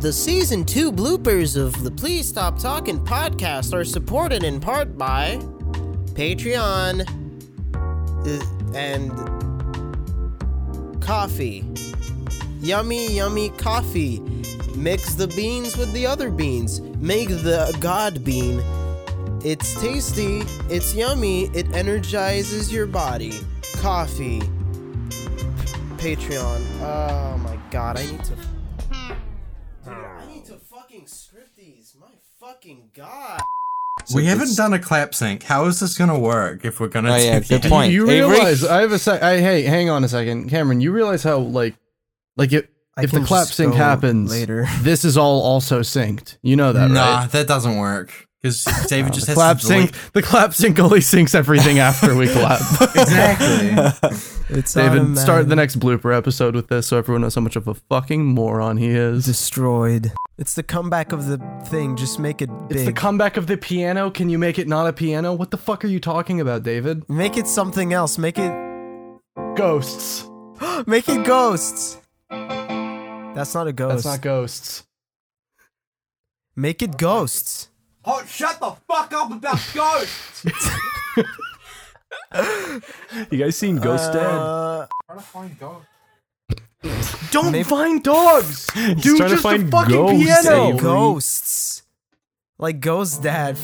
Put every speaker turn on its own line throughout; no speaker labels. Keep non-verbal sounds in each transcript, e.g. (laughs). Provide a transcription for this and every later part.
The season two bloopers of the Please Stop Talking podcast are supported in part by Patreon uh, and coffee. Yummy, yummy coffee. Mix the beans with the other beans. Make the god bean. It's tasty, it's yummy, it energizes your body. Coffee. Patreon. Oh my god, I need to. I need to fucking script these. My fucking god.
we
So
haven't
it's-
done a clap sync. How is this gonna work if we're gonna?
Oh, yeah,
do
good
that? (laughs)
point.
You
Avery?
realize I have a sec. I, hey, hang on a second, Cameron. You realize how like, like it,
I
if the
can
clap
just
sync
go
happens,
later. (laughs)
this is all also synced. You know that,
nah,
right?
that doesn't work because David just
The
has
clap
to delete-
sync. The clap sync only syncs everything after we
(laughs)
clap.
Exactly.
It's
(laughs) David, start the
automatic.
next blooper episode with this, so everyone knows how much of a fucking moron he is.
destroyed. It's the comeback of the thing. Just make it big.
it's the comeback of the piano. Can you make it not a piano? What the fuck are you talking about, David?
make it something else. Make it
Ghosts.
make it ghosts. That's not a
That's
ghost.
not ghosts.
make it ghosts.
Oh, shut the fuck up about ghosts!
You guys seen Ghost Dad?
Uh,
Don't
Maybe-
find dogs. Do
trying to
just a
find
fucking
ghosts,
piano.
Avery.
ghosts. Like ghost dad.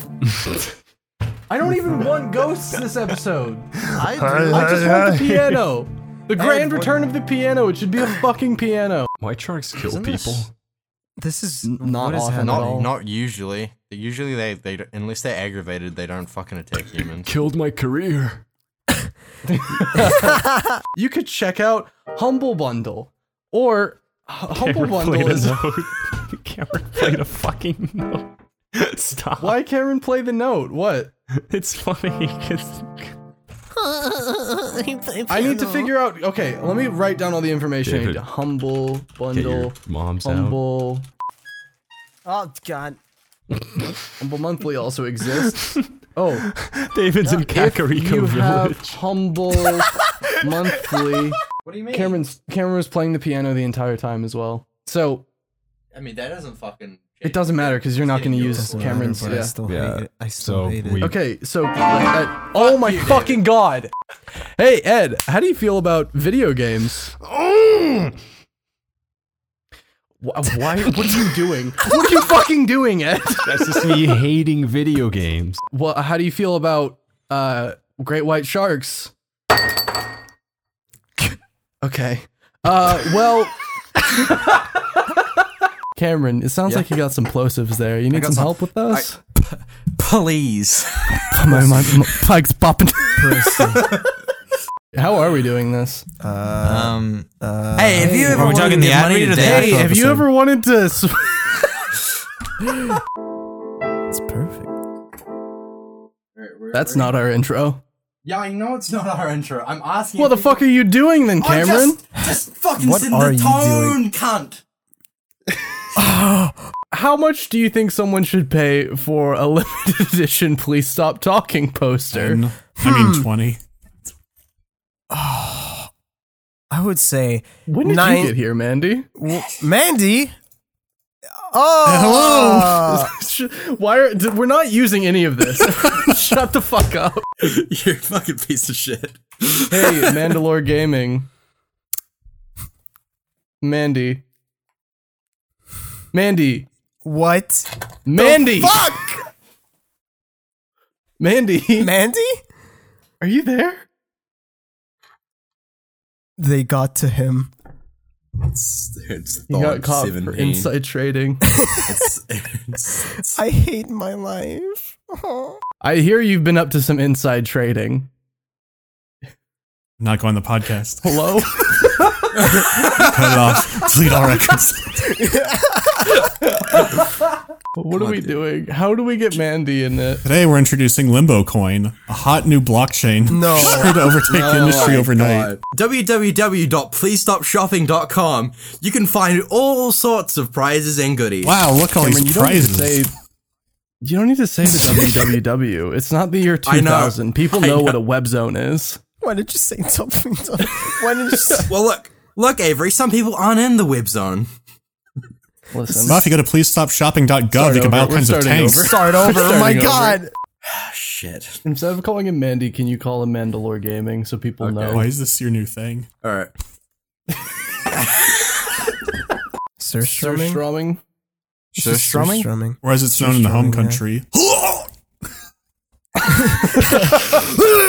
I don't
(laughs)
even want ghosts this episode.
I
I
do.
just want the piano.
(laughs)
The grand return of the piano. It should be a fucking piano.
Why sharks kill
Isn't
people?
this- This is
N- not
what is
often at
happening? (laughs)
all.
not, not usually. Usually they they don't- unless they're aggravated they don't fucking attack humans.
Killed my career.
You could check out Humble Bundle or H- Humble Bundle is
note. (laughs) Cameron played a fucking note. Stop.
(laughs) why Karen play the note. What?
(laughs) It's funny because
I need to figure out. Okay, let me write down all the information. I need.
David,
Humble
get your
Bundle,
mom's out.
Humble,
Oh god.
(laughs) Humble Monthly
(laughs)
also exists. Oh,
David's in
if you
Kakariko
have
Village. (laughs)
humble monthly. What do you mean? Cameron's Cameron was playing the piano the entire time as well, so
I mean that doesn't fucking.
it doesn't matter because you're not going to use
Doesn't matter,
Cameron's.
but I
yeah.
still
Yeah,
hate it. I still
so
hate it.
we-
Okay, so uh, oh my fucking god! Hey Ed, how do you feel about video games?
Mm.
Why? why what are you doing? What are you fucking doing, Ed?
That's just me hating video games.
Well, how do you feel about uh great white sharks? (laughs) okay. Uh well (laughs) Cameron, it sounds like you got some plosives there. You need some, help with (laughs) those?
Please.
(laughs) my, my, my mic's popping. (laughs) how are we doing this?
Um.
Uh,
Hey, have you ever Are we talking wanted to the give ad money read or to the the Hey, actual
have you ever wanted to sw-
It's perfect.
That's not our intro.
Yeah, I know it's not our intro. I'm asking.
What the fuck are you doing then, Cameron?
just fucking
What are you doing?
cunt.
How much do you think someone should pay for a (laughs) limited edition please stop talking poster?
I
Hmm.
mean, 20.
I would say
When did
Nine-
you get here, Mandy?
w- Mandy.
(laughs)
Oh,
Why are d- we're not using any of
(laughs)
this? (laughs) Shut the fuck up.
You're a fucking piece of shit.
(laughs)
Hey, Mandalore Gaming. Mandy. Mandy.
what?
Mandy.
Fuck,
Mandy.
Mandy.
Are you there?
They got to him.
It's, it's
You got caught for inside trading.
I hate my life. Oh.
I hear you've been up to some inside trading.
Not going on the podcast. (laughs)
Hello?
Cut it off. Delete all records.
what are we doing? How do we get Mandy in it?
Today we're introducing Limbo Coin, a hot new
(laughs)
blockchain (laughs)
No.
sure to overtake the
Oh
Oh
industry overnight.
www.pleasestopshopping.com. You can find all sorts of prizes and goodies. (laughs)
Wow, look all
Cameron, you
these
don't need to say.
prizes.
You don't need to say the www. It's not the year
I know.
2000. People know, what a web zone is.
Why did you say something? Why did you? Say-
Well, look, look, Avery. Some people aren't in the web zone.
Listen,
Now, if you go to pleasestopshopping.gov, you can buy all
over. We're
kinds of
starting
tanks.
over.
Start over. oh my
Starting over.
god.
Ah,
Shit.
instead of calling him Mandy, can you call him Mandalore Gaming so people (laughs) know?
Why is this your new thing?
All right.
(laughs) Sir
Sir
strumming.
Strumming?
Sir strumming. strumming.
Or as it's known in the home
Australian, yeah.
country.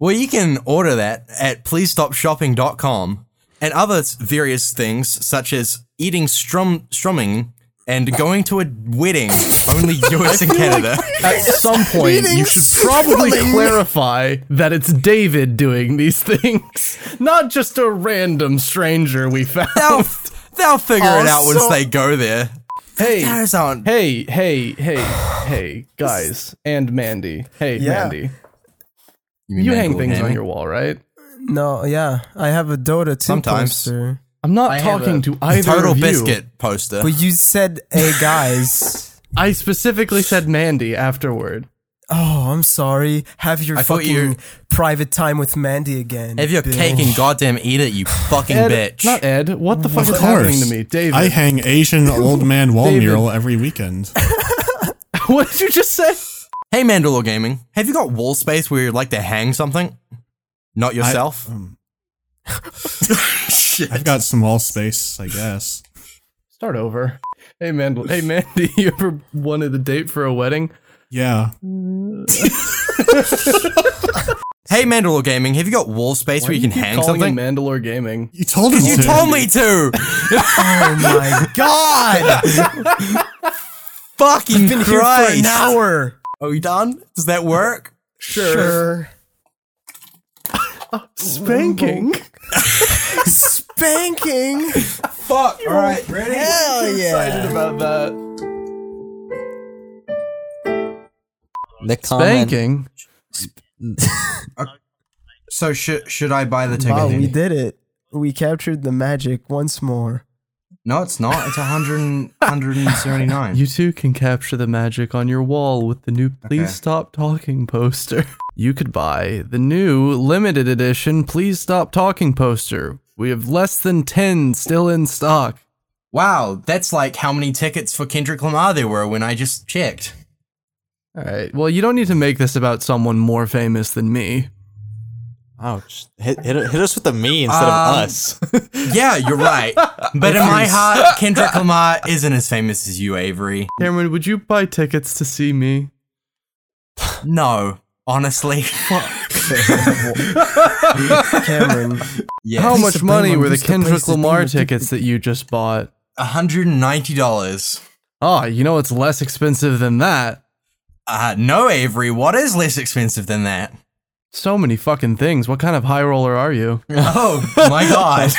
Well, you can order that at pleasestopshopping.com and other s- various things such as eating strum strumming and going to a
(laughs)
wedding only US and Canada.
At some point, you should probably clarify that it's David doing these (laughs) things, not just a random stranger we found.
(laughs)
they'll, f- they'll figure it out once
Also-
they go there.
Hey,
Guys aren't
hey, hey, hey, hey, guys, and Mandy. Hey,
Yeah.
Mandy, you hang things on your wall, right?
No, yeah, I have a Dota 2
Sometimes.
poster.
I'm not
I have
talking
a-
to either
total
of you.
biscuit poster.
But you said, "Hey
(laughs)
guys."
I specifically said Mandy afterward.
oh, I'm sorry. Have your
I thought
fucking
you-
private time with Mandy again.
Have your
bitch.
cake and goddamn eat it,
(laughs)
you fucking
Ed,
bitch.
not Ed. What the fuck
Of
is happening to
course.
me, David?
I hang
(laughs)
Asian old man wall
David.
mural
(laughs)
every weekend.
what did you just say?
hey, Mandalore Gaming, have you got wall space where you'd like to hang something? Not yourself?
Um,
Shit.
I've got some wall space, I guess.
Start over. Hey, Mandel. Hey, Mandy. (laughs) You ever wanted a date for a wedding?
Yeah.
hey, Mandalore Gaming, have you got wall space where you can hang
Calling
something?
him Mandalore Gaming.
You told him
You
to.
told me
(laughs)
to. (laughs)
Oh my god!
Fucking
Been here for
Christ.
an hour.
Are we done? Does that work?
Sure.
Spanking.
Spanking.
(laughs) Fuck. All right. Ready?
Hell yeah.
about that.
The comment.
Spanking.
So should should I buy the ticket?
Wow, Oh, we
then?
did it. We captured the magic once more.
No, it's not. It's 100, 179.
You too can capture the magic on your wall with the new Please
Okay.
Stop Talking poster. (laughs) You could buy the new limited edition Please Stop Talking poster. We have less than 10 still in stock.
wow, that's like how many tickets for Kendrick Lamar there were when I just checked.
All right. Well, you don't need to make this about someone more famous than me.
Ouch. Hit, hit, hit us with the me instead
Um,
of us.
(laughs) Yeah, you're right. But in my heart, Kendrick Lamar isn't as famous as you, Avery.
Cameron, would you buy tickets to see me?
No, honestly. (laughs)
Cameron.
yeah.
How
Please
much
to
money
Belmont
were the
is the place
Kendrick
to be
Lamar
with the-
tickets that you just bought?
$190.
Ah, you know it's less expensive than that.
Uh, no, Avery, what is less expensive than that?
So many fucking things. What kind of high roller are you?
Oh,
(laughs)
my God.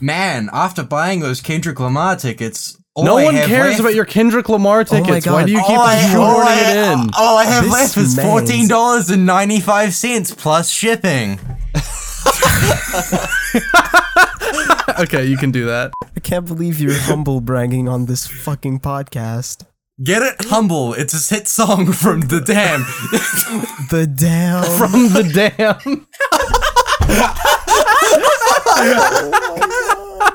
Man, after buying those Kendrick Lamar tickets, all
no
I
one
have
cares
left-
about your Kendrick Lamar
my
tickets. Why
God.
do you keep
all I- all
shoehorning
I-
it in?
All I have
This
left is
man's-
fourteen dollars and ninety five cents plus shipping.
(laughs) okay, you can do that.
(laughs) I can't believe you're humble bragging on this fucking podcast.
Get it, humble. It's a hit song (laughs) from the Dam. (laughs)
The damn.
From the
(laughs)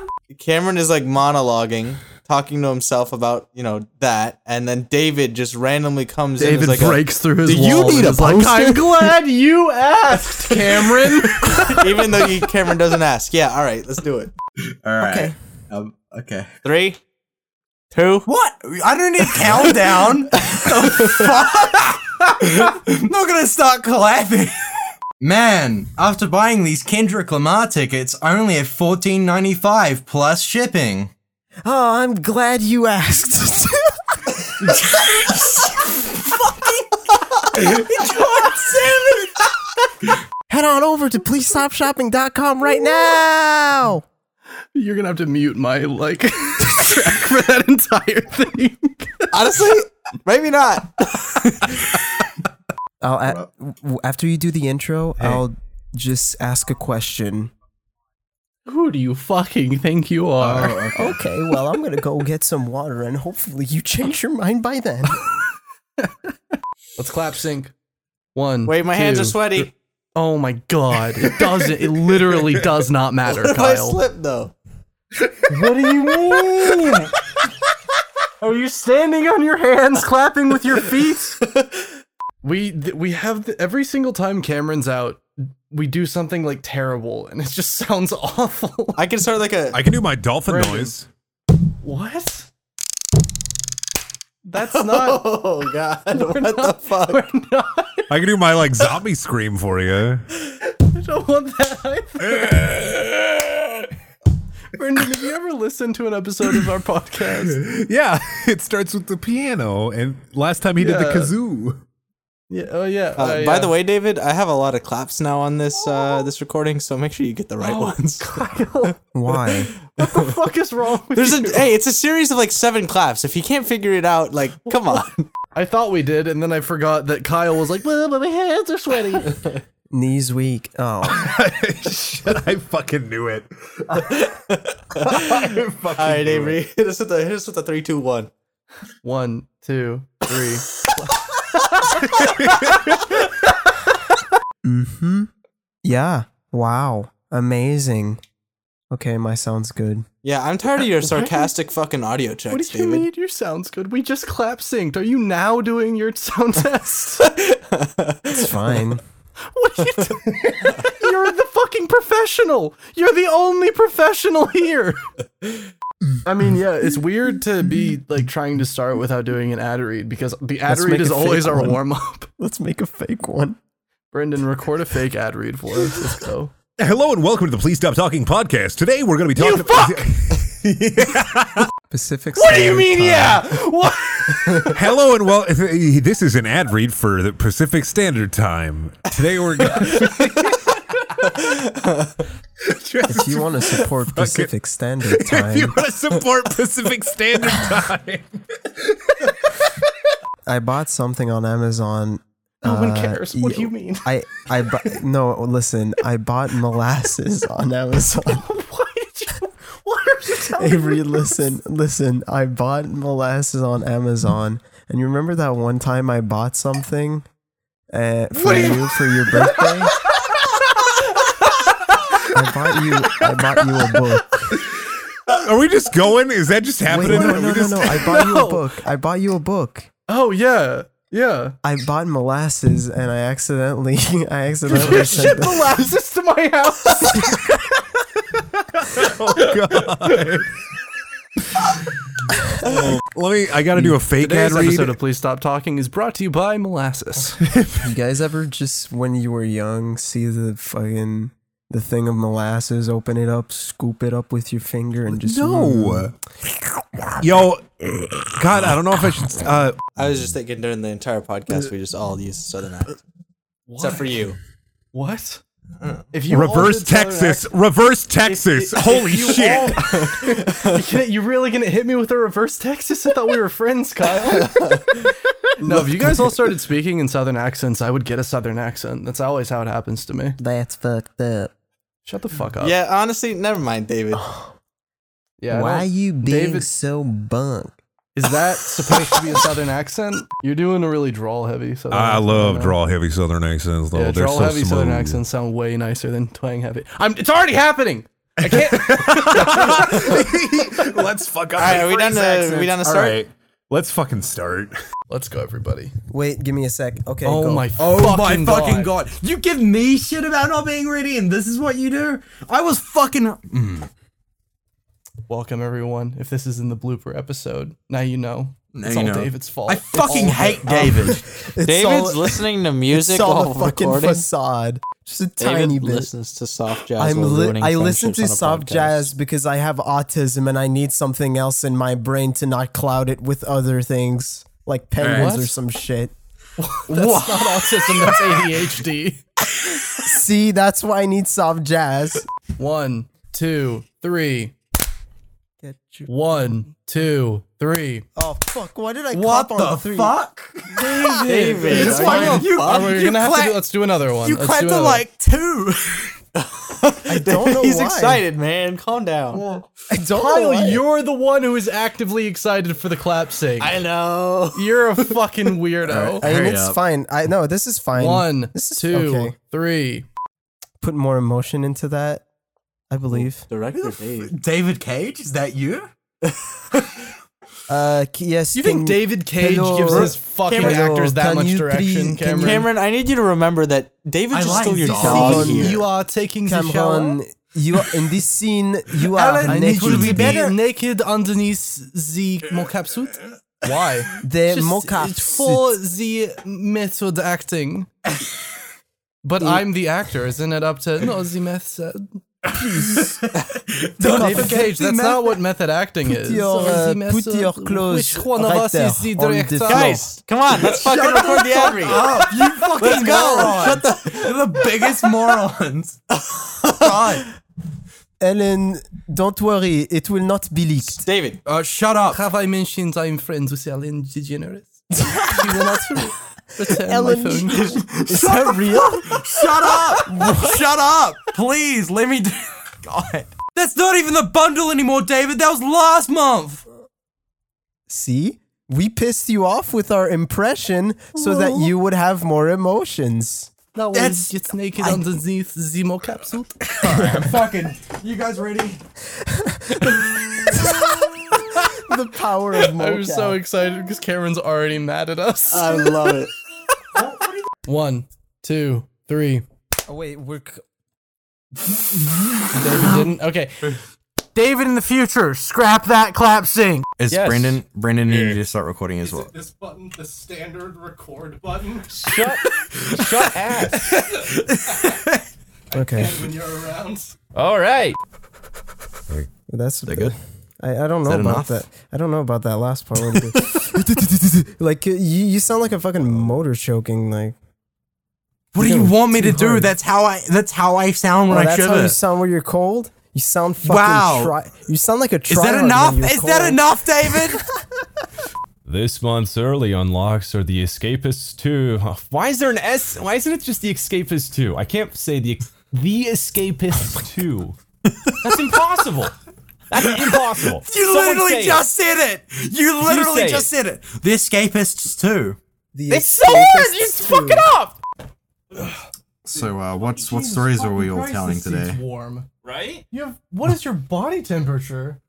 dam.
Cameron is like monologuing, talking to himself about, you know, that. And then David just randomly comes in.
David
as, like a-
breaks through his
Do you
wall.
need
and
a
is like,
poster?
I'm glad you
(laughs)
asked, Cameron.
even though he, Cameron doesn't ask. Yeah, all right, let's do it.
All right. Okay. Um, okay.
Three, two.
what? I don't need a
(laughs)
countdown. The fuck? I'm not gonna start clapping. Man, after buying these Kendrick Lamar tickets, I only have fourteen ninety five plus shipping.
Oh, I'm glad you asked. (laughs) Head on over to pleasestopshopping.com right now.
You're gonna have to mute my like (laughs) track for that entire thing. (laughs)
Honestly, maybe not.
I'll a- w- after you do the intro, I'll just ask a question.
Who do you fucking think you are?
Okay, well, I'm gonna go get some water, and hopefully you change your mind by then.
Let's clap sync. One.
Wait, my hands are sweaty.
Oh my god. It doesn't. It literally does not
(laughs)
matter,
If I
Kyle.
slip though,
What do you mean? Are you standing on your hands, clapping with your feet?
(laughs) We th- we have th- every single time Cameron's out, we do something like terrible and it just (laughs) sounds awful.
I can start like a.
I can do my dolphin
Brandon.
noise.
what? That's not
(laughs) oh god! What the fuck?
I can do my like zombie scream for you.
I don't want that either.
(laughs)
Brendan, have you ever listened to an episode of our podcast?
(laughs)
Yeah, (laughs) it starts with the piano, and last time he did
Yeah.
the kazoo.
Yeah. Oh yeah.
Uh, by the way, David, I have a lot of claps now on this uh, this recording, so make sure you get the (laughs) right ones.
oh, Kyle,
(laughs) Why?
what the fuck is wrong with
There's
you?
a hey, it's a series of like seven claps. If you can't figure it out, like come
(laughs)
on.
I thought we did, and then I forgot that Kyle was like, well, my hands are
(laughs)
sweaty.
Knees weak. Oh,
Shit, I fucking knew it.
All right, Avery, hit us with the hit us with the three, two, one.
One, two,
(laughs)
three.
yeah. Wow. Amazing. Okay, my sound's good.
Yeah, I'm tired of your sarcastic fucking audio checks,
What do you
David.
mean? Your sound's good. We just clap synced. Are you now doing your
(laughs)
sound test?
It's fine.
what are you doing? (laughs) You're the fucking professional. You're the only professional here. I mean, yeah, it's weird to be like trying to start without doing an ad read because the ad
make
read is
a fake
always our
one.
warm up.
Let's make a fake one.
Brendan, record a fake ad read for us. Let's go.
Hello and welcome to the Please Stop Talking podcast. Today we're going to be talking.
Pacific. What do you mean?
(laughs)
Yeah.
(laughs) Hello and well, (laughs) this is an ad read for the Pacific Standard Time. Today we're going.
If you want to (laughs) support Pacific (laughs) Standard
(laughs) if you
Time,
want to support Pacific Standard Time,
I bought something on Amazon.
No one
uh,
cares. What do
y-
you
(laughs)
mean?
I I bu- no listen. I bought molasses on (laughs) Amazon.
Why did you? What are you telling
Avery, listen, listen. I bought molasses on Amazon, and you remember that one time I bought something uh, for you, for your (laughs) birthday. I bought you. I bought you a book.
are we just going? Is that just
Wait,
happening?
no, no,
Are we
no, no,
just- (laughs)
no. I bought you
No.
a book. I bought you a book.
Oh yeah, yeah.
I bought molasses, and I accidentally, (laughs)
(laughs)
I accidentally
You shipped
sent.
the molasses to my house.
Oh, Let me. I got to do a fake ad
Today's
read.
episode of Please Stop Talking is brought to you by molasses.
You guys ever just when you were young see the fucking the thing of molasses, open it up, scoop it up with your finger, and just
No. Yo, God, I don't know if I should. Uh,
I was just thinking during the entire podcast we just all used southern accents. Except for you.
(laughs) What? If you all
reverse
did Southern
Texas. Reverse Texas. Holy shit.
accent- You're gonna- (laughs) you really gonna hit me with a reverse Texas? I thought we were friends, Kyle. no, if you guys all started speaking in Southern accents, I would get a Southern accent. That's always how it happens to me.
That's fucked up.
Shut the fuck up.
Yeah, honestly, never
(laughs)
mind, David.
yeah I
Why
don't-
you being
David-
so bunk?
Is that supposed to be a Southern accent? You're doing a really drawl heavy. Southern
I
accent
love
right now.
draw heavy Southern accents. Though.
Yeah,
They're
drawl
so
heavy
smooth.
Southern accents sound way nicer than twang heavy. I'm. It's already happening. I can't. (laughs)
Let's fuck up.
All right, are we done to we done to
All
start?
right, let's fucking start.
Let's go, everybody.
Wait, give me a sec. Okay.
Oh
go.
my.
Oh
fucking
my fucking god. You give me shit about not being ready and this is what you do? I was fucking
Welcome everyone. If this is in the blooper episode, now you know. it's
you
all
know.
David's fault. (laughs)
I fucking hate (laughs) David.
It's
David's
all,
listening to
it's
music
all
while
a fucking
recording.
facade. Just a
David
tiny bit.
listens to soft jazz.
I'm
while
li-
ruining
I listen to
friendships on a
soft
podcast.
jazz because I have autism and I need something else in my brain to not cloud it with other things like penguins or
What?
some shit.
That's not autism. That's (laughs) ADHD.
See, that's why I need soft jazz.
One, two, three.
Get your-
One, two, three.
Oh fuck! Why did I
What
clap on
the
three?
fuck?
David,
It's
are
fine.
you-
You,
Oh, we're
you
gonna have to
clap-
do, let's do another one.
you
Let's
clapped
do
to
another
like two.
I don't know
He's
why.
excited, man. Calm down.
(laughs) I don't know
Kyle,
why.
you're the one who is actively excited for the clap sake.
I know.
(laughs) You're a (laughs) fucking weirdo.
I mean,
Hurry
it's
up.
fine. I know this is fine.
One,
This is-
two,
okay.
three.
Put more emotion into that, I believe.
Director Dave.
David Cage, is that you?
Uh, K- yes.
Do you think
can-
David Cage
hello,
gives his fucking
Cameron,
actors that
can
much
you
direction,
please- can
Cameron?
you-
Cameron, I need you to remember that David
I
just
like
stole your
this
dog
scene.
here.
You are taking the shower.
Cameron, you are, in this scene you are
uh, I need
naked.
you to be naked underneath the mocap suit. Why?
the
Just
mocap
it's for the method acting. But I'm the actor, isn't it up to no the method?
Don't
David
forget
Cage,
the
that's
meth-
not what method acting
Put
is.
your,
The
uh,
method-
put your clothes
Which one of
right
us is the
there on the
director?
floor.
Guys, come on, let's fucking record the ad read.
you fucking
Let's go.
moron.
Shut the
You're the biggest (laughs) morons. God.
Ellen, don't worry, it will not be leaked.
David.
Uh, shut up.
Have I mentioned I'm friends with Ellen DeGeneres? she will
(laughs)
not re- return
Ellen-
my phone.
Is that real?
(laughs) Shut (laughs) up! Shut up! Please, let me do. (laughs) God. That's not even the bundle anymore, David. That was last month.
See? We pissed you off with our impression so that you would have more emotions. (laughs)
Now we
That's-
get naked underneath the mocap (laughs) suit.
Fucking. You guys ready?
The power of mocap.
I'm so excited because Cameron's already mad at us.
love
(laughs)
it.
Uh, One, two, three.
oh, wait, we're c-
David didn't. Okay.
David in the future, scrap that clap sync. Is
Yes.
Brendan? Brendan, you need to start recording as well.
This button, the standard record button,
Shut, shut ass.
okay.
when you're around.
All right.
That's good. I, I don't know
that
about
enough?
that. I don't know about that last part. when they- (laughs) like you, you sound like a fucking motor choking. Like
(laughs) What do you want me to do? That's how I. That's how I sound
oh,
when I
that's how
shiver.
you sound when you're cold. You sound fucking.
Wow.
Tri- you sound like a.
Is that enough? Is that enough,
(laughs)
David?
This month's early unlocks are the Escapists 2. Huh, (laughs) Why is there an S? Why isn't it just the Escapists 2? I can't say the the Escapists 2. That's impossible. That's impossible.
you
Someone say
literally
it.
just said it. You literally
say
just
it.
said it. The Escapists too.
It's so hard. You just fuck it up.
So, uh, what's what stories are we all telling today?
warm.
Right?
You have. What is your body temperature?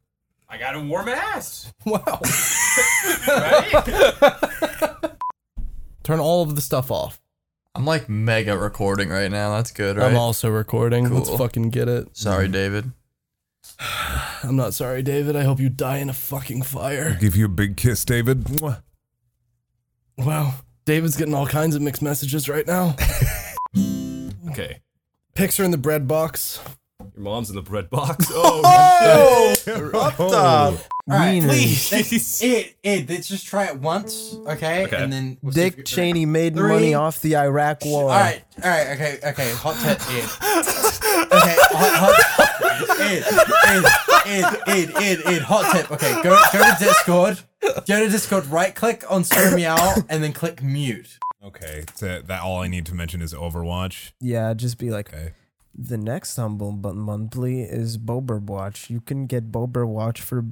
I got a warm ass.
Wow. Turn all of the stuff off.
I'm like mega recording right now. That's good,
I'm also recording. Let's fucking get it.
Sorry, David.
I'm not sorry, David. I hope you die in a fucking fire.
Give you a big kiss, David. Mwah.
Wow. David's getting all kinds of mixed messages right now.
Okay.
Picks are in the bread box.
Your mom's in the bread
(laughs)
box. Oh,
Please.
(laughs)
Ed, Ed, let's just try it once, okay?
Okay.
And then we'll see if you-
Dick Cheney made
Three.
money off the Iraq War.
All right, all right, okay, okay. Hot tip, Ed.
(laughs)
okay, hot, hot Ed, Ed, Ed, Ed, Ed, Ed. Hot tip. Okay, go go to Discord. Go to Discord. Right click on Stream Meow and then click mute.
Okay, so that all I need to mention is (laughs) Overwatch.
Yeah, just be like.
Okay.
The next humble but monthly is Bober Watch. You can get Bober Watch for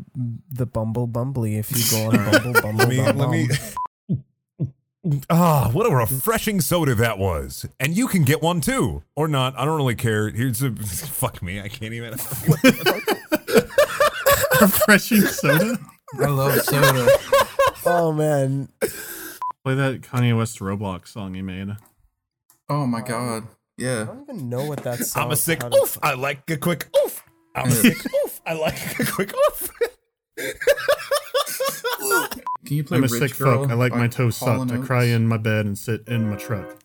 the Bumble Bumbly if you go
(laughs)
on Bumble Bumble.
Let me.
Bum
Let me. (laughs)
Bum.
Ah, what a refreshing soda that was. And you can get one too. Or not. I don't really care. Here's a. (laughs) Fuck me. I can't even.
Refreshing soda.
I love
(laughs)
soda.
Oh man,
Play that Kanye West Roblox song he made.
Oh my god.
I
Yeah.
don't even know what that sounds.
I'm a sick
how to-
oof. I like a quick oof. I'm a sick oof. I like a quick oof. (laughs)
Can you play
I'm a sick fuck. I like my toes sucked. I cry in my bed and sit in my truck.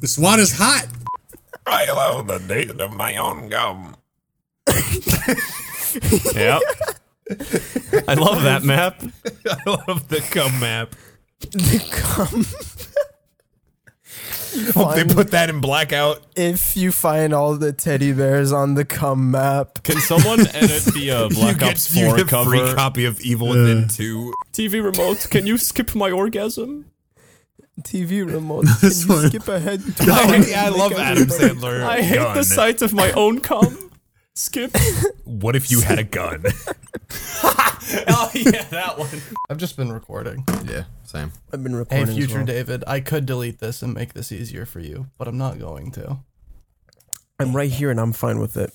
This water's hot.
I love the taste of my own gum.
yep. I love that map.
I love the gum map.
The cum.
Hope they put that in blackout.
If you find all the teddy bears on the cum map,
can someone edit the uh, Black
you
Ops
get, you
4
get
cover?
free copy of Evil Within
(laughs)
2.
TV remote, can you skip my orgasm?
TV
(laughs)
remote? Can you skip ahead?
I, I love Adam Sandler.
I hate
Gun.
the sight of my own cum. Skip.
What if you had a gun?
oh yeah, that
(laughs)
one.
I've just been recording.
Yeah, same.
I've been
Hey,
recording. as
future
well.
David, I could delete this and make this easier for you, but I'm not going to.
I'm right here and I'm fine with it.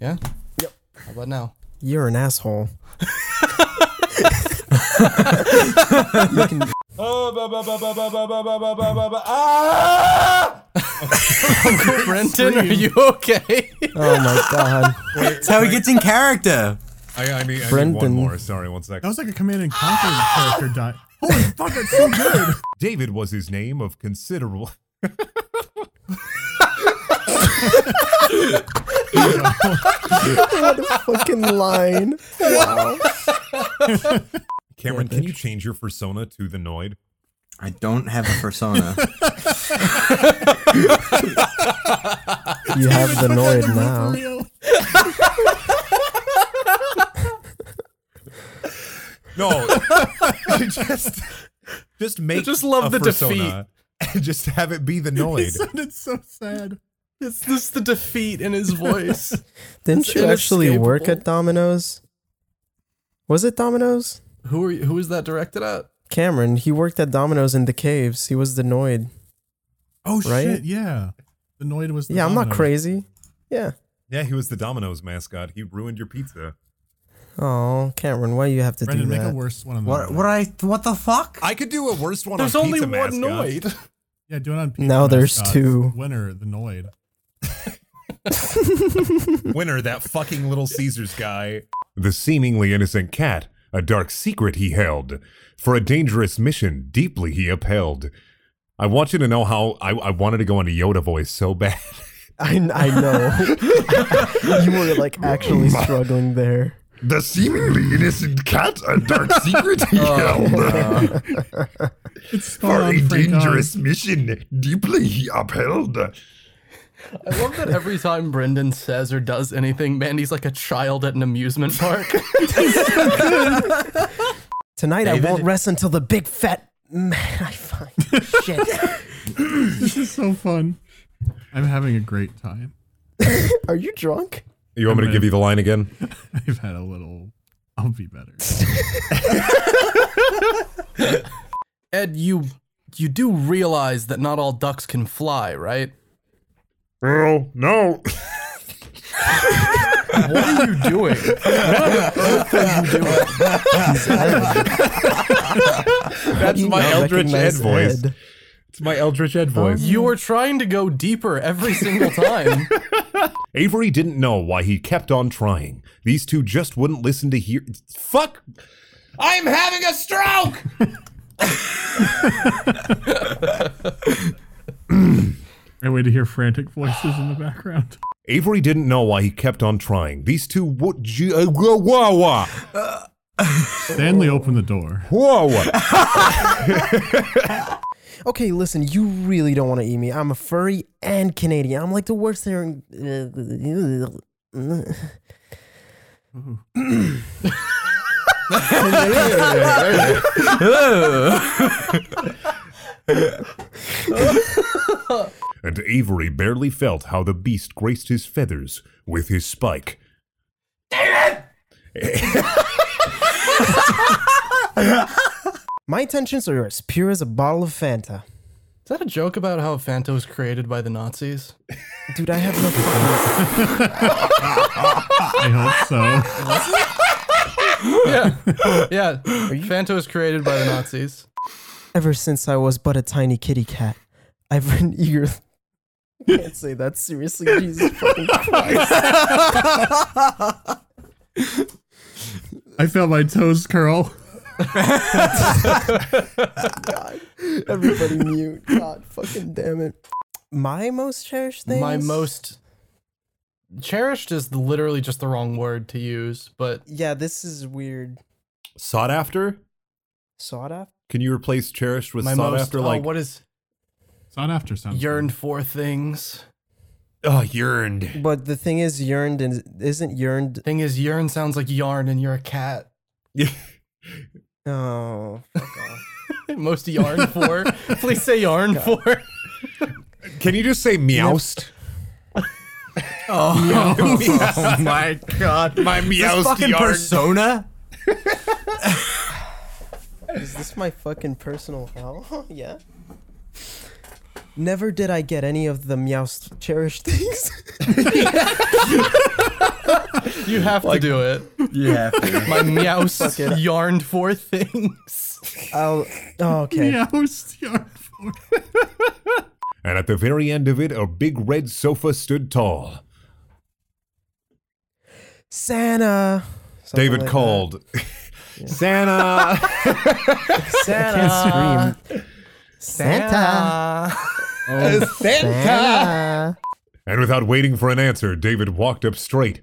Yeah? Yep. How about now?
You're an asshole.
(laughs)
you can
Oh, ba, ba, ba, ba, ba, ba, ba, ba, ba, ba, ba, ah!
Brenton, are you okay?
(laughs) Oh my god.
That's how he gets in character.
(laughs) I, I, need, I need
Brendan.
one more. Sorry, one second.
That was like a Command and Conquer character die. Holy fuck, that's so good.
(laughs) David was his name of considerable. (laughs)
fucking line. Wow.
Cameron, can you change your persona to the Noid?
I don't have a
(laughs)
persona.
You have the Noid
For
now.
real.
No, just just make.
just love
a
the
persona (laughs) And just have
(laughs)
it be the Noid.
That's so sad.
It's just the defeat in his voice.
Didn't
It's
you actually work
inescapable.
at Domino's? Was it Domino's?
who are you, who is that directed at?
Cameron, he worked at Domino's in the caves. He was the Noid.
Oh
Right?
shit, yeah. The Noid was the
Yeah, I'm not
domino.
crazy. Yeah.
yeah, he was the Domino's mascot. He ruined
(laughs)
your pizza.
Oh, Cameron, why you have to
Brendan,
do
make a
that?
worse one on the
what? What? I? What the fuck?
I could do a worse one.
There's
on
only
pizza
one
mascot.
Noid.
Yeah, do it on pizza
Now there's
mascots.
two.
Winner, the Noid.
Winner, that fucking Little Caesars guy. The seemingly innocent cat, a dark secret he held. For a dangerous mission, deeply he upheld. I want you to know how I, I wanted to go into Yoda voice so bad.
I, I
(laughs)
know. you were like actually struggling there.
The seemingly innocent cat, a (laughs) dark secret he held.
It's
Oh,
spot on, Frank Oz.
mission, deeply he upheld.
I love that every time Brendan says or does anything, Mandy's like a child at an amusement park.
Tonight I won't rest until the big fat man
(laughs)
I find. Shit.
(laughs) This is so fun. I'm having a great time. (laughs)
Are you drunk?
You want me to give you the line again?
I've had a little. I'll be better.
Ed, you you do realize that not all ducks can fly, right?
Oh, (laughs) no.
What are you
(laughs)
doing?
That's my Eldritch Ed voice. It's my Eldritch Ed voice.
You were trying to go deeper every single time.
Avery didn't know why he kept on trying. These two just wouldn't listen to hear. Fuck! I'm having a stroke!
I wait to hear frantic voices in the background.
Avery didn't know why he kept on trying. These two would. ju- uh, whoa, whoa, whoa,
Stanley opened the door.
whoa, whoa.
Okay, listen, you really don't want to eat me. I'm a furry and Canadian. I'm like the worst there. uh,
And Avery barely felt how the beast graced his feathers with his spike.
My intentions are as pure as a bottle of Fanta.
Is that a joke about how Fanta was created by the Nazis?
Dude, I have no fucking.
I hope so. (laughs)
Yeah. Yeah. Fanta was created by the Nazis.
Ever since I was but a tiny kitty cat, I've (laughs) been eager. I can't say that seriously. Jesus
(laughs)
fucking Christ.
I felt my toes curl.
Everybody mute. God fucking damn it. My most cherished thing?
My most cherished is literally just the wrong word to use, but
Yeah, this is weird.
Sought after?
Sought after?
Can you replace cherished with
my
sought
most
after?
oh,
Like,
what is
Sound after sound.
yearned for things.
uh,
Oh, yearned.
But the thing is, yearned is, isn't yearned.
Thing is, yearn sounds like yarn, and you're a cat. (laughs)
Oh, (laughs)
Most yarn for. Please say yarn for. (laughs)
Can you just say meowst?
(laughs) Oh, my god.
My
This
meowst
fucking
yarn.
persona?
is this my fucking personal hell? (laughs) yeah. Never did I get any of the meowst cherished things. (laughs)
You have to do it.
Yeah.
(laughs) My meows yarned for things.
I'll. Oh, okay.
Meowst yarn for.
And at the very end of it, a big red sofa stood tall.
Santa. Something
David
like that.
called. (laughs) Santa.
Santa.
Can't
Santa. Oh, Santa.
and without waiting for an answer, David walked up straight.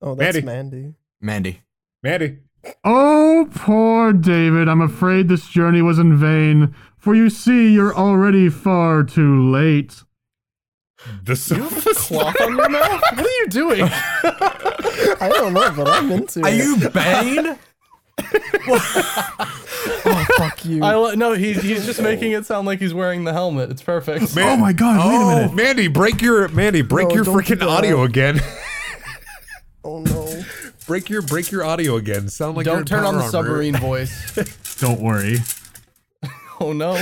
Oh, that's
Mandy.
Mandy.
Mandy.
Mandy.
Oh, poor David, I'm afraid this journey was in vain, for you see, you're already far too late.
The sofa. (laughs)
Cloth on your mouth? What are you doing?
I don't know, but I'm into
Are
it.
you
(laughs)
Bane?
Oh, fuck you.
(laughs) I lo- no, he's he's just making it sound like he's wearing the helmet. It's perfect.
(laughs) Man-
Oh my god, wait a minute.
Mandy, break your Mandy, break
No,
your
don't do
freaking
that.
audio again. (laughs)
oh no.
break your break your audio again. Sound like you're
Don't
in
turn on
Power
the
Armor.
submarine voice.
Don't worry.
Oh no,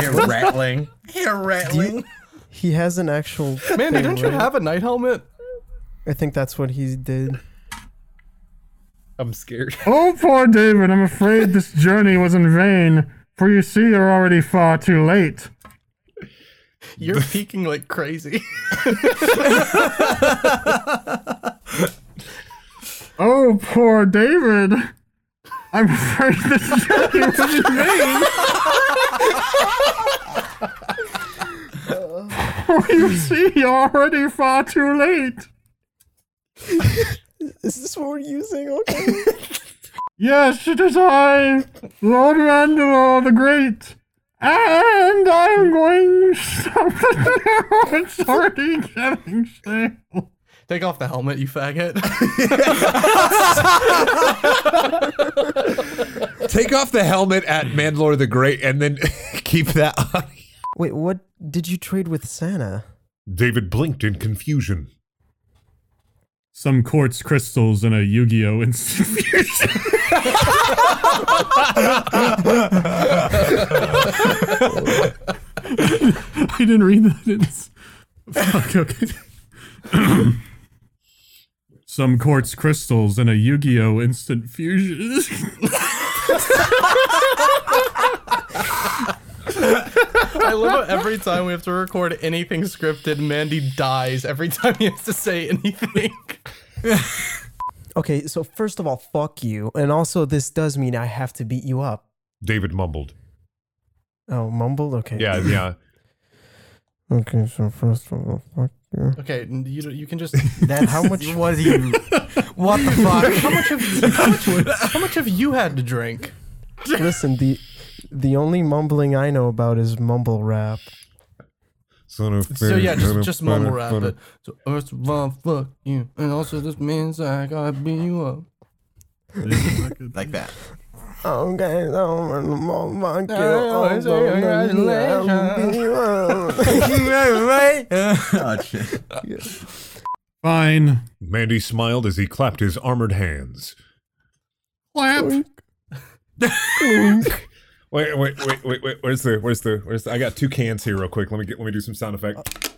You're rattling. You're rattling.
He has an actual.
Mandy,
thing,
don't you
right?
have a night helmet?
I think that's what he did.
I'm scared.
(laughs) Oh, poor David, I'm afraid this journey was in vain, for you see, you're already far too late.
You're peeking like crazy. (laughs)
Oh, poor David. I'm afraid this journey was in vain. For you see, you're already far too late.
Is this what we're using? Okay.
Yes, it is I, Lord Randall the Great. And I'm going something now. It's already getting stale.
Take off the helmet, you faggot. (laughs)
Take off the helmet at Mandalore the Great, and then (laughs) keep that on.
(laughs) Wait, what did you trade with Santa?
David blinked in confusion.
Some quartz crystals and a Yu Gi Oh! (laughs) I didn't read that. It's. Fuck, okay. Some quartz crystals and a Yu Gi Oh! instant fusion. (laughs)
I love how every time we have to record anything scripted, Mandy dies every time he has to say anything.
Okay, so first of all, fuck you. And also, this does mean I have to beat you up.
David mumbled.
Oh, mumbled? Okay.
Yeah, yeah.
Okay, so first of all, fuck you.
Okay, n- you don't- you can just.
That, how
(laughs)
much?
What do you? What the fuck?
How much of how much, how much have you had to drink?
listen, the the only mumbling I know about is mumble rap.
Son of
So yeah,
son
just
of-
just
son of-
mumble rap
son of-
it. So first of all, fuck you, and also this means I gotta beat you up.
(laughs) Like that.
Okay,
Oh, so
so
right?
(laughs)
oh shit.
Fine.
Mandy smiled as he clapped his armored hands.
Clap.
Wait, wait, wait, wait, wait. Where's the, where's the, where's the? I got two cans here, real quick. Let me get, let me do some sound effect.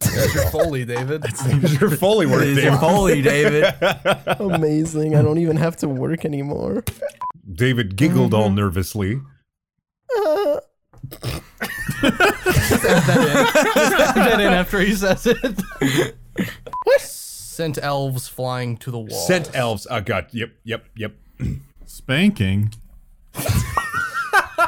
That's your foley, David.
Here's your foley work,
It's
David.
Holy David.
Amazing. I don't even have to work anymore.
David giggled
Mm-hmm.
all nervously.
that in after he says it. What? Sent elves flying to the wall.
Sent elves. Oh god. Yep, yep, yep.
Spanking.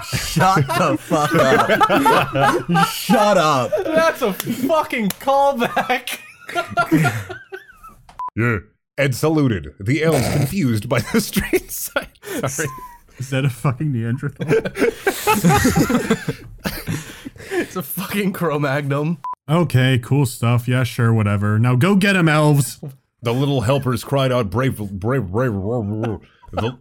Shut the fuck up.
(laughs)
Shut up.
That's a fucking callback. (laughs)
Yeah. Ed saluted. The elves confused by the strange sight. Sorry.
Is that a fucking Neanderthal?
It's a fucking
(laughs)
Cro-Magnum.
okay, cool stuff. Yeah, sure, whatever. Now go get him, elves.
The little helpers cried out brave, brave, brave. the,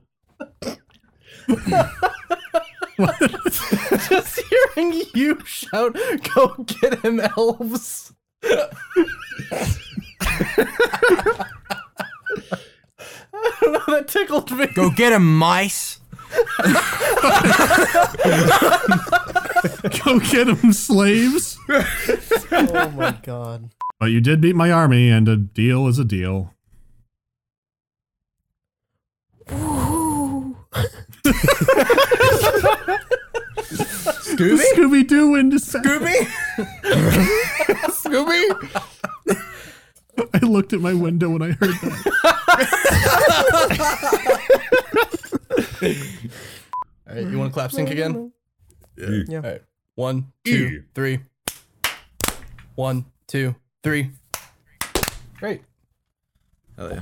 Just hearing you shout, "Go get him, elves!" I don't know. That tickled me.
Go get him, mice.
go get him, slaves.
(laughs) oh my god.
But you did beat my army, and a deal is a deal. Scooby? Scooby Doo in December.
Scooby?
(laughs) I looked at my window when I heard that.
All right, you want to clap sync again?
Yeah. E.
All right. One, two, three. One, two, three. Great.
Hell yeah.